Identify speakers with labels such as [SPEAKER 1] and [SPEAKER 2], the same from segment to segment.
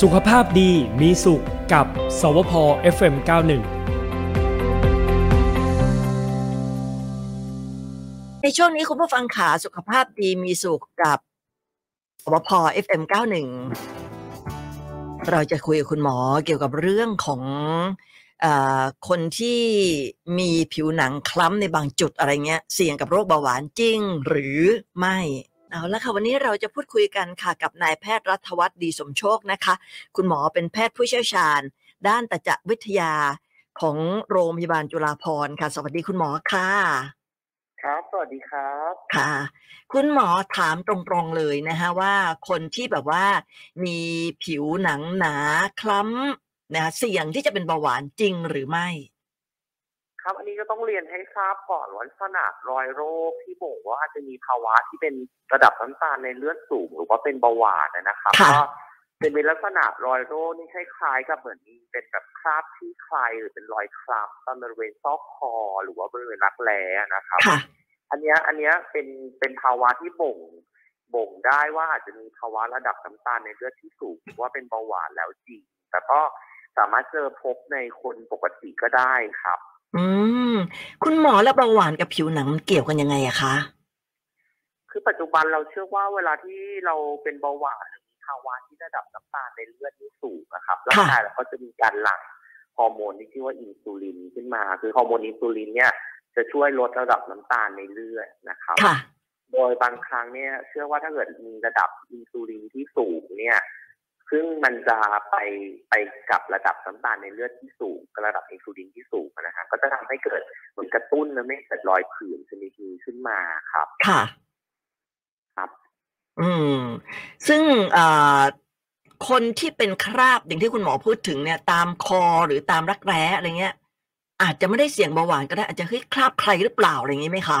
[SPEAKER 1] สุขภาพดีมีสุขกับ สวพ FM91
[SPEAKER 2] ในช่วงนี้คุณผู้ฟังขาสุขภาพดีมีสุขกับสวพ FM91 เราจะคุยกับคุณหมอเกี่ยวกับเรื่องของเออคนที่มีผิวหนังคล้ำในบางจุดอะไรเงี้ย เสี่ยงกับโรคเบาหวานจริงหรือไม่เอาละค่ะวันนี้เราจะพูดคุยกันค่ะกับนายแพทย์รัฐวัฒน์ดีสมโชคนะคะ คุณหมอเป็นแพทย์ผู้เชี่ยวชาญ ด้านตจวิทยาของโรงพยาบาลจุฬาภรณ์ค่ะ สวัสดีคุณหมอค่ะ
[SPEAKER 3] ครับ สวัสดีครับ
[SPEAKER 2] ค่ะ คุณหมอถามตรงๆเลยนะคะว่าคนที่แบบว่ามีผิวหนังหนาคล้ำนะคะเสี่ยงที่จะเป็นเบาหวานจริงหรือไม่
[SPEAKER 3] ครับ อันนี้ก็ต้องเรียนให้ทราบก่อนว่าลักษณะรอยโรคที่บ่งว่าจะมีภาวะที่เป็นระดับน้ำตาลในเลือดสูง หรือว่าเป็นเบาหวานนะนะครับ
[SPEAKER 2] ค่ะ
[SPEAKER 3] ก็จะเป็นลักษณะรอยโรคนี่คล้ายๆกับเหมือนมีเป็นแบบคราบที่ใครหรือเป็นรอยคล้ำตามบริเวณซอกคอ หรือว่าบริเวณรักแร้นะครับ
[SPEAKER 2] ค่ะ
[SPEAKER 3] อันเนี้ยอันเนี้ยเป็นเป็นภาวะที่บ่งบ่งได้ว่าอาจจะมีภาวะระดับน้ำตาลในเลือดที่สูงหรือว่าเป็นเบาหวานแล้วจริง แต่ก็สามารถเจอพบในคนปกติก็ได้ครับ
[SPEAKER 2] อืม คุณหมอแล้วเบาหวานกับผิวหนังมันเกี่ยวกันยังไงอะคะ
[SPEAKER 3] คือปัจจุบันเราเชื่อว่าเวลาที่เราเป็นเบาหวานหรือมีภาวะที่ระดับน้ำตาลในเลือดที่สูงนะครับร่างกายเราก็จะมีการหลั่งฮอร์โมนที่ชื่อว่าอินซูลินขึ้นมา คือฮอร์โมนอินซูลินเนี่ยจะช่วยลดระดับน้ำตาลในเลือดนะครับ
[SPEAKER 2] ค่ะ
[SPEAKER 3] โดยบางครั้งเนี่ยเชื่อว่าถ้าเกิดมีระดับอินซูลินที่สูงเนี่ย ซึ่งมันจะไปไปกับระดับน้ำตาลในเลือดที่สูงกับระดับอินซูลินที่สูงนะฮะก็จะทำให้เกิดเหมือนกระตุ้นและไม่เกิดรอยผื่นชนิดนี้ขึ้นมาครับ
[SPEAKER 2] ค่ะ
[SPEAKER 3] ครับ
[SPEAKER 2] อืม ซึ่งเอ่อคนที่เป็นคราบอย่างที่คุณหมอพูดถึงเนี่ย ตามคอหรือตามรักแร้อะไรเงี้ย อาจจะไม่ได้เสี่ยงเบาหวานก็ได้อาจจะเฮ้ยคราบใครหรือเปล่าอะไรอย่างงี้ไหมคะ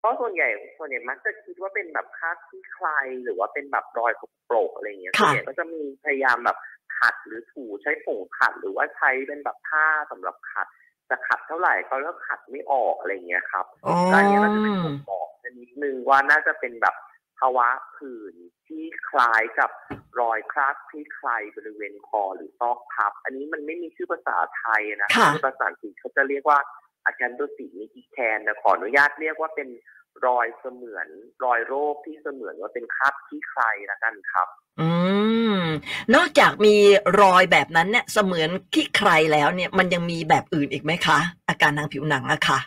[SPEAKER 3] เพราะส่วนใหญ่ส่วนใหญ่มักจะคิดว่าเป็นแบบคราบที่ใครหรือว่าเป็นแบบรอยสกปรกอะไรอย่างเงี้ย
[SPEAKER 2] ค่ะ
[SPEAKER 3] ส่วนใหญ่ก็จะมีพยายามแบบขัดหรือถูใช้ผงขัดหรือว่าใช้เป็นแบบผ้าสำหรับขัดแต่ขัดเท่าไหร่ก็แล้วขัดไม่ออกอะไรอย่างเงี้ยครับ
[SPEAKER 2] อ๋อ
[SPEAKER 3] อันนี้มันจะเป็นบ่งบอกชนิดหนึ่งว่าน่าจะเป็นแบบภาวะผื่นที่คล้ายกับรอยคราบที่ใครบริเวณคอหรือซอกพับ อันนี้มันไม่มีชื่อภาษาไทยนะ
[SPEAKER 2] ค่ะ
[SPEAKER 3] ชื่อภาษาอังกฤษเขาจะเรียกว่าอาการตัวสีนิกิแคนแต่ขออนุญาตเรียกว่าเป็นรอยเสมือนรอยโรคที่เสมือนว่าเป็นคราบที่ใครละกันครับ
[SPEAKER 2] อืม นอกจากมีรอยแบบนั้นเนี่ยเสมือนขี้ใครแล้วเนี่ย มันยังมีแบบอื่นอีกไหมคะ อาการทางผิวหนังอะค่ะ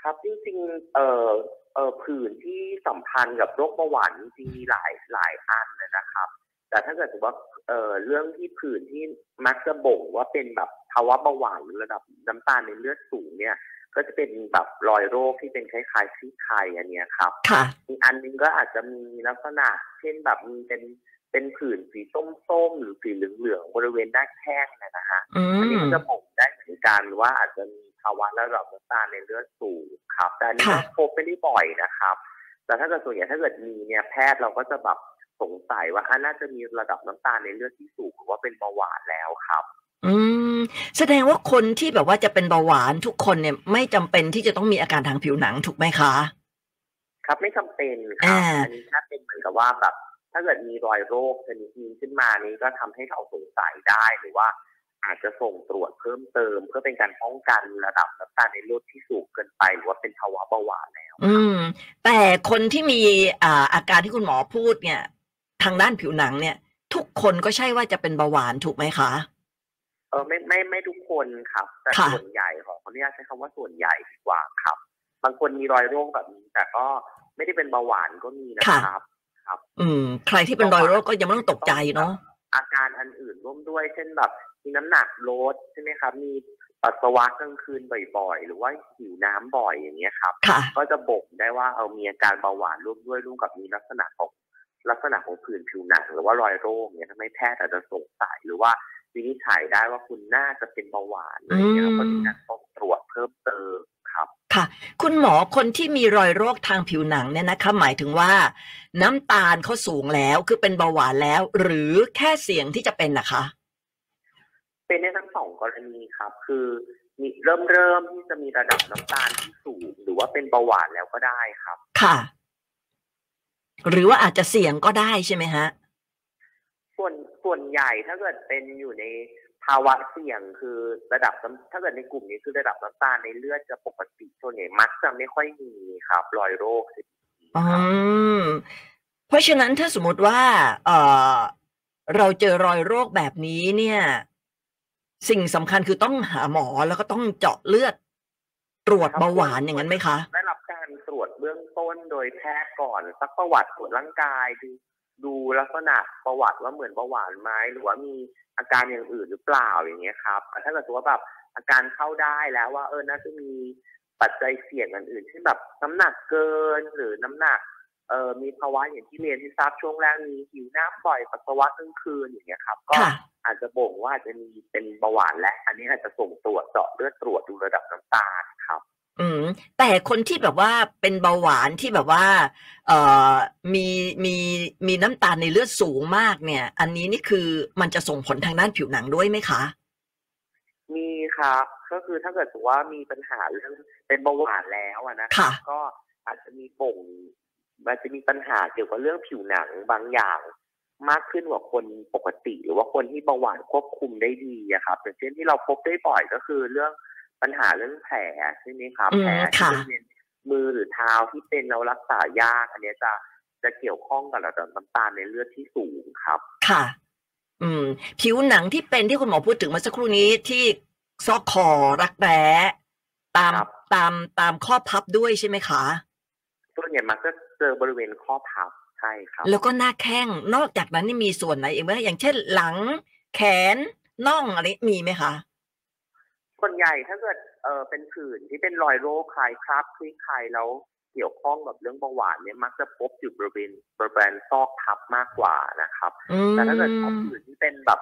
[SPEAKER 3] ครับจริงๆเอ่อเอ่อผื่นที่สัมพันธ์กับโรคเบาหวานจริงๆมีหลายหลายอันนะนะครับ แต่ถ้าเกิดสมมุติว่าเอ่อเรื่องที่ผื่นที่มักจะบ่งว่าเป็นแบบภาวะเบาหวานหรือระดับน้ำตาลในเลือดสูงเนี่ย ก็จะเป็นแบบรอยโรคที่เป็นคล้ายๆที่ไข่อันเนี้ยครับ
[SPEAKER 2] ค่ะ
[SPEAKER 3] อีกอันหนึงก็อาจจะมีลักษณะ เช่นแบบมีเป็นเป็นผื่นสีส้มๆหรือสีเหลืองๆบริเวณหน้าแข้งนะนะฮะ
[SPEAKER 2] อื
[SPEAKER 3] อันนี้
[SPEAKER 2] ม
[SPEAKER 3] ก็จะบ่งได้เหมือนกันว่าอาจจะมีภาวะระดับน้ำตาลในเลือดสูงครับ แต่อันนี้ก็
[SPEAKER 2] ค่ะ
[SPEAKER 3] พบไม่ได้บ่อยนะครับ แต่ถ้าเกิดส่วนใหญ่ถ้าเกิดมีเนี่ยแพทย์เราก็จะแบบสงสัยว่าอ่ะน่าจะมีระดับน้ำตาลในเลือดที่สูงหรือว่าเป็นเบาหวานแล้วครับ
[SPEAKER 2] อืม แสดงว่าคนที่แบบว่าจะเป็นเบาหวานทุกคนเนี่ย ไม่จำเป็นที่จะต้องมีอาการทางผิวหนังถูกไหมคะ
[SPEAKER 3] ครับไม่จำเป็นครับ
[SPEAKER 2] อ่า
[SPEAKER 3] อันนี้ถ้าเป็นเหมือนกับว่าแบบถ้าเกิดมีรอยโรคชนิดนี้ขึ้นมานี้ก็ทำให้เราสงสัยได้หรือว่า อาจจะส่งตรวจเพิ่มเติม เพื่อเป็นการป้องกันระดับน้ำตาลในเลือดที่สูงเกินไป หรือว่าเป็นภาวะเบาหวานแล้ว
[SPEAKER 2] อืม แต่คนที่มีอ่าอาการที่คุณหมอพูดเนี่ย ทางด้านผิวหนังเนี่ย ทุกคนก็ใช่ว่าจะเป็นเบาหวานถูกไหมคะ
[SPEAKER 3] เออไม่ไม่ไม่ทุกคนครับ แต่
[SPEAKER 2] ค่ะ
[SPEAKER 3] ส่วนใหญ่ขออนุญาตใช้คำว่าส่วนใหญ่ดีกว่าครับ บางคนมีรอยโรคแบบนี้ แต่ก็ไม่ได้เป็นเบาหวานก็มีนะครับ
[SPEAKER 2] อืม ใครที่เป็นรอยโรคก็ยังไม่ต้องตกใจเนาะ
[SPEAKER 3] อาการอันอื่นร่วมด้วย เช่นแบบมีน้ำหนักลดใช่ไหมครับ มีปัสสาวะกลางคืนบ่อยๆ หรือว่าหิวน้ำบ่อยอย่างเงี้ยครับ
[SPEAKER 2] ค่ะ
[SPEAKER 3] ก็จะบ่งได้ว่าเอามีอาการเบาหวานร่วมด้วยร่วมกับมีลักษณะของลักษณะของผื่นผิวหนัง หรือว่ารอยโรคเนี่ยทำให้แพทย์อาจจะสงสัยหรือว่าวินิจฉัยได้ว่าคุณน่าจะเป็นเบาหวานอะไรเงี้ย
[SPEAKER 2] อืม
[SPEAKER 3] ก็มีการต้องตรวจเพิ่มเติมครับ
[SPEAKER 2] คุณหมอคนที่มีรอยโรคทางผิวหนังเนี่ยนะคะ หมายถึงว่า น้ำตาลเขาสูงแล้วคือเป็นเบาหวานแล้ว หรือแค่เสี่ยงที่จะเป็นนะคะ
[SPEAKER 3] เป็นได้ทั้งสองกรณีครับ คือมีเริ่มเริ่มที่จะมีระดับน้ำตาลที่สูง หรือว่าเป็นเบาหวานแล้วก็ได้ครับ
[SPEAKER 2] ค่ะ หรือว่าอาจจะเสี่ยงก็ได้ใช่ไหมฮะ
[SPEAKER 3] ส่วน ส่วนใหญ่ถ้าเกิดเป็นอยู่ในภาวะเสี่ยงคือระดับน้ำถ้าเกิดในกลุ่มนี้คือระดับน้ำตาลในเลือดจะปกติส่วนใหญ่มักจะไม่ค่อยมีครับรอยโรคสิบปี
[SPEAKER 2] อื
[SPEAKER 3] ครับ
[SPEAKER 2] มเพราะฉะนั้นถ้าสมมติว่า เออเราเจอรอยโรคแบบนี้เนี่ย สิ่งสำคัญคือต้องหาหมอแล้วก็ต้องเจาะเลือด ตรวจเบาหวานอย่างนั้นไหมคะ
[SPEAKER 3] ได้รับการตรวจเบื้องต้นโดยแพทย์ก่อนซักประวัติตรวจร่างกายดูดูลักษณะประวัติว่าเหมือนเบาหวานไหมหรือว่ามีอาการอย่างอื่นหรือเปล่าอย่างเงี้ยครับแต่ถ้าเกิดสมมุติว่าแบบอาการเข้าได้แล้วว่า เออน่าจะมีปัจจัยเสี่ยงอันอื่นเช่นแบบน้ำหนักเกินหรือน้ำหนัก เอ่อมีภาวะอย่างที่เรียนที่ทราบช่วงแรกมีหิวน้ำบ่อยปัสสาวะกลางคืนอย่างเงี้ยครับ ก็
[SPEAKER 2] ค่ะ
[SPEAKER 3] อาจจะบ่งว่าอาจจะมีเป็นเบาหวานและ อันนี้อาจจะส่งตรวจเจาะเลือดตรวจดูระดับน้ำตาลครับ
[SPEAKER 2] อืม แต่คนที่แบบว่าเป็นเบาหวานที่แบบว่า เอ่อมีมีมีน้ำตาลในเลือดสูงมากเนี่ย อันนี้นี่คือมันจะส่งผลทางด้านผิวหนังด้วยไหมคะ
[SPEAKER 3] มีครับ ก็คือถ้าเกิดสมมุติว่ามีปัญหาเรื่องเป็นเบาหวานแล้วอะนะ
[SPEAKER 2] ค่ะ
[SPEAKER 3] ก็อาจจะมีบ่งมันจะมีปัญหาเกี่ยวกับเรื่องผิวหนังบางอย่าง มากขึ้นกว่าคนปกติ หรือว่าคนที่เบาหวานควบคุมได้ดีอะครับอย่างเช่นที่เราพบได้บ่อยก็คือเรื่องปัญหาเรื่องแผลใช่ไหมครับ
[SPEAKER 2] อืม
[SPEAKER 3] แผลที่
[SPEAKER 2] ค่ะ
[SPEAKER 3] บริเวณมือหรือเท้าที่เป็นเรารักษายากอันเนี้ยจะจะเกี่ยวข้องกับระดับน้ำตาลในเลือดที่สูงครับ
[SPEAKER 2] ค่ะ อืม ผิวหนังที่เป็นที่คุณหมอพูดถึงเมื่อสักครู่นี้ที่ซอกคอรักแร้ตาม
[SPEAKER 3] ครับ
[SPEAKER 2] ตามตามข้อพับด้วยใช่ไหมคะ
[SPEAKER 3] ส่วนใหญ่มักจะเจอบริเวณข้อพับใช่ครับ
[SPEAKER 2] แล้วก็หน้าแข้งนอกจากนั้นนี่มีส่วนไหนอีกไหมอย่างเช่นหลัง แขนน่องอะไรมีไหมคะ
[SPEAKER 3] ส่วนใหญ่ถ้าเกิดเออเป็นผื่นที่เป็นรอยโรคคลายคราบคลี่คลายแล้วเกี่ยวข้องกับเรื่องเบาหวานเนี่ยมักจะพบอยู่บริเวณบริเวณซอกพับมากกว่านะครับ
[SPEAKER 2] อืม
[SPEAKER 3] แต่ถ้าเกิดพบผื่นที่เป็นแบบ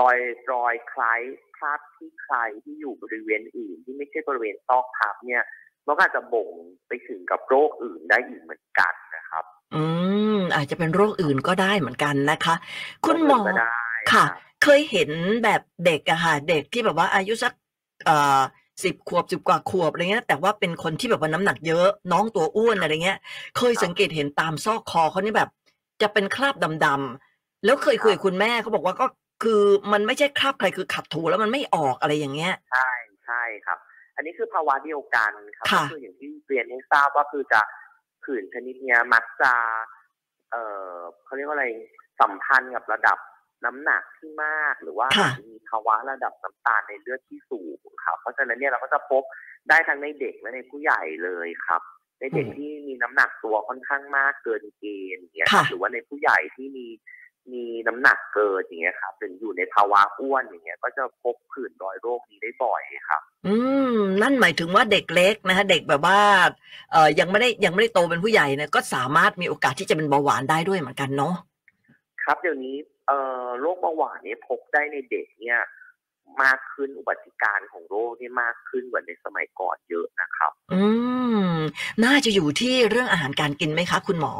[SPEAKER 3] รอยรอยคล้ายคราบคลี่คลายที่อยู่บริเวณอื่น ที่ไม่ใช่บริเวณซอกพับเนี่ยมันก็อาจจะบ่งไปถึงกับโรคอื่นได้อีกเหมือนกันนะครับ
[SPEAKER 2] อืม อาจจะเป็นโรคอื่นก็ได้เหมือนกันนะคะ คุณหมอ
[SPEAKER 3] ก็ได้
[SPEAKER 2] ค่ะ
[SPEAKER 3] รับ
[SPEAKER 2] เคยเห็นแบบเด็กอะค่ะเด็กที่แบบว่าอายุสักเอ่อสิบขวบสิบกว่าขวบอะไรเงี้ยแต่ว่าเป็นคนที่แบบว่าน้ำหนักเยอะ น้องตัวอ้วนอะไรเงี้ย เคย
[SPEAKER 3] ครับ
[SPEAKER 2] สังเกตเห็นตามซอกคอเขานี่แบบ จะเป็นคราบดำๆแล้วเคยคุย
[SPEAKER 3] ครับ
[SPEAKER 2] กับคุณแม่เขาบอกว่าก็คือมันไม่ใช่คราบใครคือขัดถูแล้วมันไม่ออกอะไรอย่างเงี้ย
[SPEAKER 3] ใช่ใช่ครับ อันนี้คือภาวะเดียวกันครับ
[SPEAKER 2] ค่ะ
[SPEAKER 3] ก็คืออย่างที่เรียนให้ทราบว่าคือจะผื่นชนิดเนี้ยมักจะเอ่อเขาเรียกว่าอะไรสัมพันธ์กับระดับน้ำหนักที่มาก หรือว่า
[SPEAKER 2] ค่ะ
[SPEAKER 3] มีภาวะระดับน้ำตาลในเลือดที่สูงครับเพราะฉะนั้นเนี่ยเราก็จะพบได้ทั้งในเด็กและในผู้ใหญ่เลยครับ ในเด็กที่มีน้ำหนักตัวค่อนข้างมากเกินเกณฑ์อย่างเงี้ยครับ
[SPEAKER 2] ค่ะ
[SPEAKER 3] หรือว่าในผู้ใหญ่ที่มี มีน้ำหนักเกินอย่างเงี้ยครับหรืออยู่ในภาวะอ้วนอย่างเงี้ย ก็จะพบผื่นรอยโรคนี้ได้บ่อยครับ
[SPEAKER 2] อืม นั่นหมายถึงว่าเด็กเล็กนะคะเด็กแบบว่าเอ่อยังไม่ได้ยังไม่ได้โตเป็นผู้ใหญ่เนี่ยก็สามารถมีโอกาสที่จะเป็นเบาหวานได้ด้วยเหมือนกันเนาะ
[SPEAKER 3] ครับเดี๋ยวนี้เอ่อโรคเบาหวานเนี่ยพบได้ในเด็กเนี่ย มากขึ้นอุบัติการณ์ของโรคเนี่ยมากขึ้นกว่าในสมัยก่อนเยอะนะครับ
[SPEAKER 2] อืม น่าจะอยู่ที่เรื่องอาหารการกินไหมคะ คุณหมอ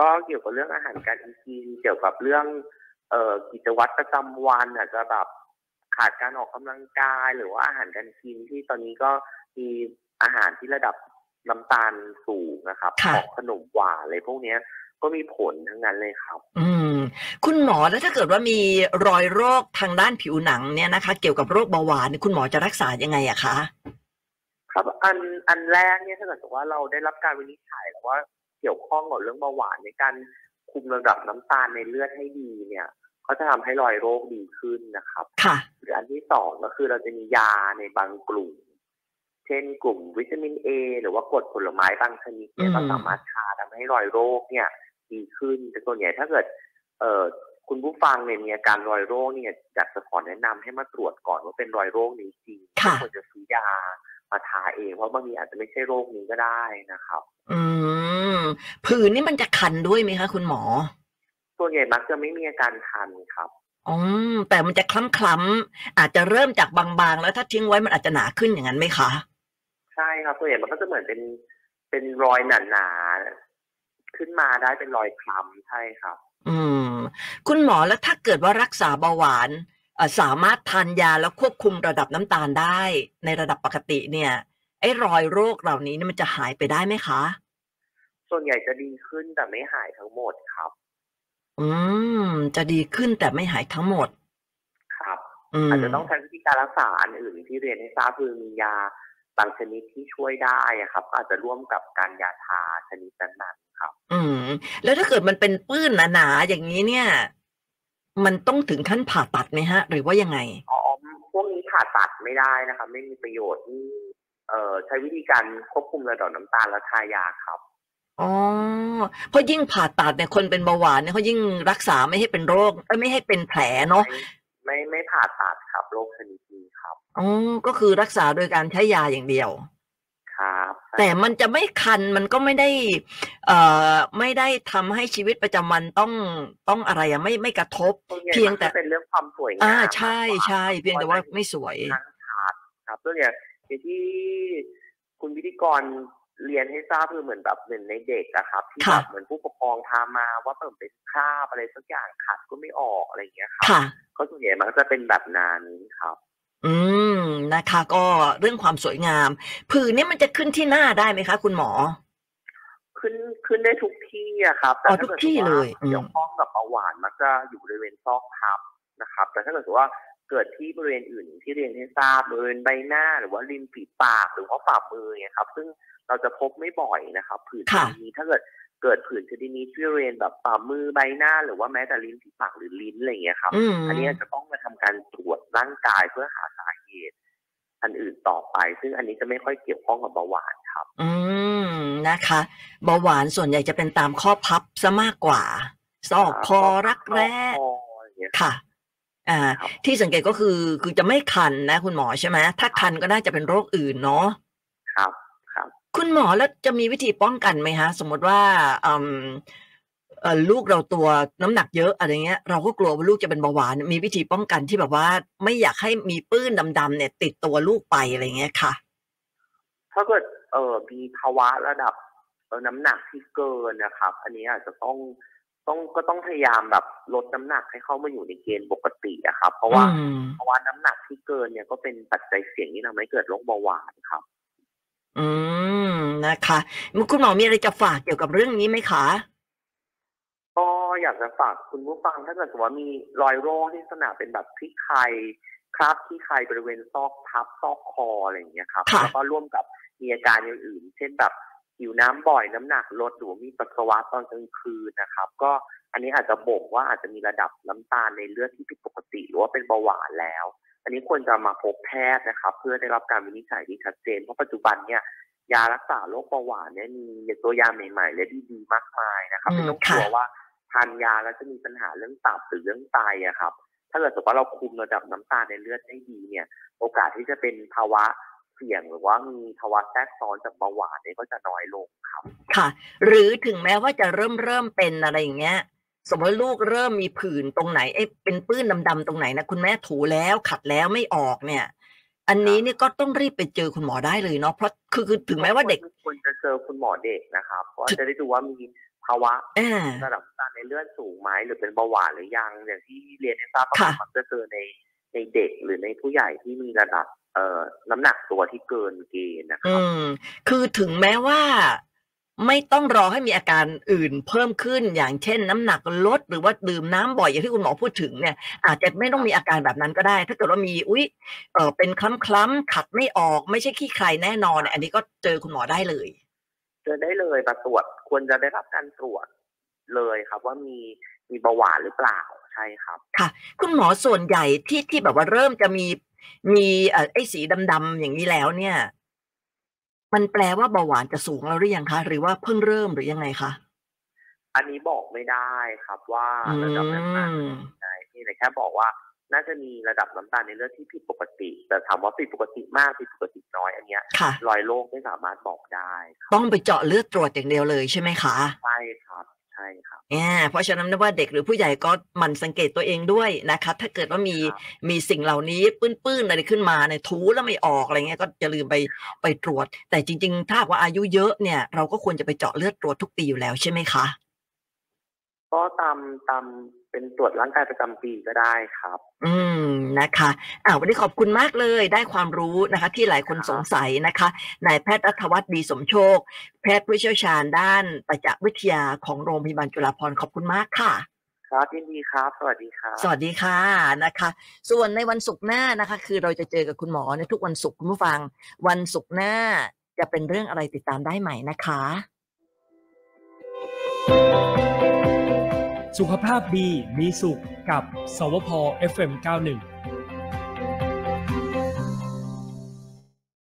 [SPEAKER 3] ก็เกี่ยวกับเรื่องอาหารการกินเกี่ยวกับเรื่องเอ่อกิจวัตรประจำวันอาจจะแบบขาดการออกกำลังกายหรือว่าอาหารการกินที่ตอนนี้ก็มีอาหารที่ระดับน้ำตาลสูงนะครับ
[SPEAKER 2] ค่ะ
[SPEAKER 3] ของขนมหวานอะไรพวกเนี้ยก็มีผลทั้งนั้นเลยครับ
[SPEAKER 2] อืม คุณหมอแล้วถ้าเกิดว่ามีรอยโรคทางด้านผิวหนังเนี่ยนะคะ เกี่ยวกับโรคเบาหวานเนี่ยคุณหมอจะรักษายังไงอะคะ
[SPEAKER 3] ครับอันอันแรกเนี่ยถ้าเกิดสมมุติว่าเราได้รับการวินิจฉัยแล้วว่าเกี่ยวข้องกับเรื่องเบาหวานในการคุมระดับน้ำตาลในเลือดให้ดีเนี่ยก็จะทำให้รอยโรคดีขึ้นนะครับ
[SPEAKER 2] ค่ะ
[SPEAKER 3] หรืออันที่สองก็คือเราจะมียาในบางกลุ่ม เช่นกลุ่มวิตามินเอหรือว่ากรดผลไม้บางชนิดเนี่ย
[SPEAKER 2] อืม
[SPEAKER 3] ก็สามารถทาทำให้รอยโรคเนี่ยดีขึ้น แต่ส่วนใหญ่ถ้าเกิด เอ่อคุณผู้ฟังเนี่ยมีอาการรอยโรคเนี่ยอยากจะขอแนะนำให้มาตรวจก่อนว่าเป็นรอยโรคนี้จริง
[SPEAKER 2] ค่ะ
[SPEAKER 3] ไม่ควรจะซื้อยามาทาเองเพราะบางทีอาจจะไม่ใช่โรคนี้ก็ได้นะครับ
[SPEAKER 2] อืม ผื่นนี่มันจะคันด้วยไหมคะคุณหมอ
[SPEAKER 3] ส่วนใหญ่มักจะไม่มีอาการคันครับ
[SPEAKER 2] อืม แต่มันจะคล้ำคล้ำๆอาจจะเริ่มจากบางๆ แล้วถ้าทิ้งไว้มันอาจจะหนาขึ้นอย่างนั้นไหมคะ
[SPEAKER 3] ใช่ครับส่วนใหญ่มันก็จะเหมือนเป็นเป็นรอยหนาๆขึ้นมาได้เป็นรอยคล้ำใช่ครับ
[SPEAKER 2] อืม คุณหมอแล้วถ้าเกิดว่ารักษาเบาหวานเอ่อสามารถทานยาแล้วควบคุมระดับน้ำตาลได้ ในระดับปกติเนี่ย ไอ้รอยโรคเหล่านี้เนี่ยมันจะหายไปได้ไหมคะ
[SPEAKER 3] ส่วนใหญ่จะดีขึ้นแต่ไม่หายทั้งหมดครับ
[SPEAKER 2] อืม จะดีขึ้นแต่ไม่หายทั้งหมด
[SPEAKER 3] ครับ
[SPEAKER 2] อืม
[SPEAKER 3] อาจจะต้องใช้วิธีการรักษาอันอื่นที่เรียนให้ทราบคือมียาบางชนิดที่ช่วยได้อะครับ อาจจะร่วมกับการยาทาชนิดนั้นๆครับ
[SPEAKER 2] อืม แล้วถ้าเกิดมันเป็นปื้นหนาๆอย่างนี้เนี่ย มันต้องถึงขั้นผ่าตัดไหมฮะ หรือว่ายังไง
[SPEAKER 3] อ๋อพวกนี้ผ่าตัดไม่ได้นะคะไม่มีประโยชน์นี่เอ่อใช้วิธีการควบคุมระดับน้ำตาลและทายาครับ
[SPEAKER 2] อ๋อเพราะยิ่งผ่าตัดเนี่ยคนเป็นเบาหวานเนี่ยเขายิ่งรักษาไม่ให้เป็นโรคเอ้ยไม่ให้เป็นแผลเนาะ
[SPEAKER 3] ไม่ไม่ไม่ผ่าตัดครับโรคชนิดนี้ครับ
[SPEAKER 2] อ๋อก็คือรักษาโดยการใช้ยาอย่างเดียว
[SPEAKER 3] ครับ
[SPEAKER 2] แต่มันจะไม่คันมันก็ไม่ได้ เอ่อไม่ได้ทำให้ชีวิตประจำวันต้องต้องอะไรอะไม่ไม่กระทบ
[SPEAKER 3] ส่วนใหญ่
[SPEAKER 2] เพียงแต่
[SPEAKER 3] มันก็เป็นเรื่องความสวยงา
[SPEAKER 2] อ่า
[SPEAKER 3] มากกว่า
[SPEAKER 2] ใช่ใช่เพียงแต่ว่าไม่สวย
[SPEAKER 3] ทางขาดครับส่วนใหญ่อย่างที่คุณพิธีกรเรียนให้ทราบคือเหมือนแบบหนึ่งในเด็กอะครับ ที่
[SPEAKER 2] ค่ะ
[SPEAKER 3] แบบเหมือนผู้ปกครองทามาว่าเติมเป็นคราบอะไรสักอย่างขัดก็ไม่ออกอะไรอย่างเงี้ยครับ
[SPEAKER 2] ค่ะ
[SPEAKER 3] ก็ส่วนใหญ่มันก็จะเป็นแบบนั้นครับ
[SPEAKER 2] อืมนะคะ ก็เรื่องความสวยงาม ผื่นเนี่ยมันจะขึ้นที่หน้าได้ไหมคะ คุณหมอ
[SPEAKER 3] ขึ้นขึ้นได้ทุกที่อะครับแต่
[SPEAKER 2] อ๋อ
[SPEAKER 3] ถ้า
[SPEAKER 2] ทุก
[SPEAKER 3] กิด
[SPEAKER 2] ที่
[SPEAKER 3] ว่า
[SPEAKER 2] เลยอืม
[SPEAKER 3] เกี่ยวข้องกับเบาหวานมักจะอยู่บริเวณซอกพับนะครับ แต่ถ้าเกิดว่าเกิดที่บริเวณอื่นอย่างที่เรียนให้ทราบบริเวณใบหน้าหรือว่าริมฝีปากหรือว่าฝ่ามือเนี่ยครับ ซึ่งเราจะพบไม่บ่อยนะครับ ผื่นชนิดนี้ถ้าเกิดเกิดผื่นชนิดนี้ที่บริเวณแบบฝ่ามือใบหน้า หรือว่าแม้แต่ริมฝีปากหรือลิ้นอะไรอย่างเงี้ยครับ
[SPEAKER 2] อืม
[SPEAKER 3] อันนี้อาจจะต้องมาทำการตรวจร่างกายเพื่อหาสาเหตุ อันอื่นต่อไป ซึ่งอันนี้จะไม่ค่อยเกี่ยวข้องกับเบาหวานครับ
[SPEAKER 2] อืมนะคะเบาหวานส่วนใหญ่จะเป็นตามข้อพับซะมากกว่าซอกคอรักแร้
[SPEAKER 3] คออย่างเงี้ย
[SPEAKER 2] ค่ะ อ่า
[SPEAKER 3] ครับ
[SPEAKER 2] ที่สังเกตก็คือ คือจะไม่คันนะคุณหมอใช่ไหม ถ้าคันก็น่าจะเป็นโรคอื่นเนาะ
[SPEAKER 3] ครับ
[SPEAKER 2] คุณหมอแล้วจะมีวิธีป้องกันไหมฮะ สมมติว่าอืมเอ่อลูกเราตัวน้ำหนักเยอะอะไรเงี้ย เราก็กลัวว่าลูกจะเป็นเบาหวาน มีวิธีป้องกันที่แบบว่า ไม่อยากให้มีปื้นดำๆเนี่ย ติดตัวลูกไปอะไรเงี้ยค่ะ
[SPEAKER 3] ถ้าเกิดเออมีภาวะระดับเออน้ำหนักที่เกินนะครับ อันนี้อาจจะต้องต้องก็ต้องพยายามแบบลดน้ำหนักให้เข้ามาอยู่ในเกณฑ์ปกติอะครับ เพราะว่า
[SPEAKER 2] อืม
[SPEAKER 3] ภาวะน้ำหนักที่เกินเนี่ยก็เป็นปัจจัยเสี่ยงที่ทำให้เกิดโรคเบาหวานครับ
[SPEAKER 2] อืมนะคะคุณหมอมีอะไรจะฝากเกี่ยวกับเรื่องนี้ไหมคะ
[SPEAKER 3] ก็อยากจะฝากคุณผู้ฟังถ้าเกิดสมมติว่ามีรอยโรคที่ลักษณะเป็นแบบที่ไครคราบที่ไครบริเวณซอกพับซอกคออะไรอย่างเงี้ยครับ
[SPEAKER 2] ค่ะ
[SPEAKER 3] แล้วก็ร่วมกับมีอาการอย่างอื่น เช่นแบบหิวน้ำบ่อยน้ำหนักลดหรือว่ามีปัสสาวะตอนกลางคืนนะครับ ก็อันนี้อาจจะบ่งว่าอาจจะมีระดับน้ำตาลในเลือดที่ผิดปกติ หรือว่าเป็นเบาหวานแล้ว อันนี้ควรจะมาพบแพทย์นะครับ เพื่อได้รับการวินิจฉัยที่ชัดเจนเพราะปัจจุบันเนี่ย ยารักษาโรคเบาหวานเนี่ยมีตัวยาใหม่ๆ และดีๆมากมายนะครับ
[SPEAKER 2] อืม
[SPEAKER 3] ไม่ต้องกลัว
[SPEAKER 2] ค่ะ
[SPEAKER 3] ว่าทานยาแล้วจะมีปัญหาเรื่องตับหรือเรื่องไตอะครับ ถ้าเกิดสมมติว่าเราคุมระดับน้ำตาลในเลือดได้ดีเนี่ย โอกาสที่จะเป็นภาวะเสี่ยงหรือว่ามีภาวะแทรกซ้อนจากเบาหวานเนี่ยก็จะน้อยลงครับ
[SPEAKER 2] ค่ะ หรือถึงแม้ว่าจะเริ่มเริ่มเป็นอะไรอย่างเงี้ย สมมติลูกเริ่มมีผื่นตรงไหนเอ้ยเป็นปื้นดำๆตรงไหนนะคุณแม่ถูแล้วขัดแล้วไม่ออกเนี่ย อันนี้เนี่ยก็ต้องรีบไปเจอคุณหมอได้เลยเนาะเพราะคือคือถึงแม้ว่าเด็ก
[SPEAKER 3] ควรจะเจอคุณหมอเด็กนะครับเพราะจะได้ดูว่ามีภาวะ
[SPEAKER 2] อ่า
[SPEAKER 3] ระดับน้ำตาลในเลือดสูงไหมหรือเป็นเบาหวานหรือยังอย่างที่เรียนให้ทราบว่า
[SPEAKER 2] ค่ะ
[SPEAKER 3] มักจะเจอในในเด็กหรือในผู้ใหญ่ที่มีระดับเอ่อน้ำหนักตัวที่เกินเกณฑ์นะครับ
[SPEAKER 2] อืม คือถึงแม้ว่า ไม่ต้องรอให้มีอาการอื่นเพิ่มขึ้นอย่างเช่น น้ำหนักลดหรือว่าดื่มน้ำบ่อยอย่างที่คุณหมอพูดถึงเนี่ย อาจจะไม่ต้องมีอาการแบบนั้นก็ได้ ถ้าเกิดว่ามีอุ๊ยเออเป็นคล้ำคล้ำๆขัดไม่ออก ไม่ใช่ขี้ใครแน่นอน อันนี้ก็เจอคุณหมอได้เลย
[SPEAKER 3] เจอได้เลยมาตรวจควรจะได้รับการตรวจเลยครับ ว่ามีมีเบาหวานหรือเปล่าใช่ครับ
[SPEAKER 2] คุณหมอส่วนใหญ่ที่ที่แบบว่าเริ่มจะมีมีเอ่อไอ้สีดำๆอย่างนี้แล้วเนี่ย มันแปลว่าเบาหวานจะสูงแล้วหรือยังคะ หรือว่าเพิ่งเริ่มหรือยังไงคะ
[SPEAKER 3] อันนี้บอกไม่ได้ครับว่า
[SPEAKER 2] อื
[SPEAKER 3] ระดับน้ำตาล
[SPEAKER 2] ม
[SPEAKER 3] ในนี่แต่แค่บอกว่า น่าจะมีระดับน้ำตาลในเลือดที่ผิดปกติ แต่ถามว่าผิดปกติมากผิดปกติน้อยอันเนี้ย
[SPEAKER 2] ค่ะ
[SPEAKER 3] รอยโรคไม่สามารถบอกได้ครับ
[SPEAKER 2] ต้องไปเจาะเลือดตรวจอย่างเดียวเลยใช่ไหมคะ
[SPEAKER 3] ใช่ครับใช่ครับ
[SPEAKER 2] อ่าเพราะฉะนั้นนะว่าเด็กหรือผู้ใหญ่ก็หมันสังเกตตัวเองด้วยนะคะ ถ้าเกิดว่ามี
[SPEAKER 3] ครับ
[SPEAKER 2] มีสิ่งเหล่านี้ปื้นๆอะไรขึ้นมาเนี่ยถูแล้วไม่ออกอะไรเงี้ยก็อย่าลืมไปไปตรวจ แต่จริงๆ ถ้าหากว่าอายุเยอะเนี่ย เราก็ควรจะไปเจาะเลือดตรวจทุกปีอยู่แล้วใช่ไหมคะ
[SPEAKER 3] ก็ตามตามเป็นตรวจร่างกายประจำปีก็ได้ครับ
[SPEAKER 2] อืมนะคะอ่าวันนี้ขอบคุณมากเลยได้ความรู้นะคะ ที่หลายคน
[SPEAKER 3] ครับ
[SPEAKER 2] สงสัยนะคะนายแพทย์รัฐวัฒน์ดีสมโชค แพทย์ผู้เชี่ยวชาญด้านประจักษ์วิทยาของโรงพยาบาลจุฬาภรณ์ขอบคุณมากค่ะ
[SPEAKER 3] ค ครับยินดีครับ สวัสดีครับ
[SPEAKER 2] สวัสดีค่ะนะคะ ส่วนในวันศุกร์หน้านะคะ คือเราจะเจอกับคุณหมอในทุกวันศุกร์คุณผู้ฟัง วันศุกร์หน้าจะเป็นเรื่องอะไรติดตามได้ใหม่นะคะ
[SPEAKER 1] สุขภาพดีมีสุขกับสวพ FM91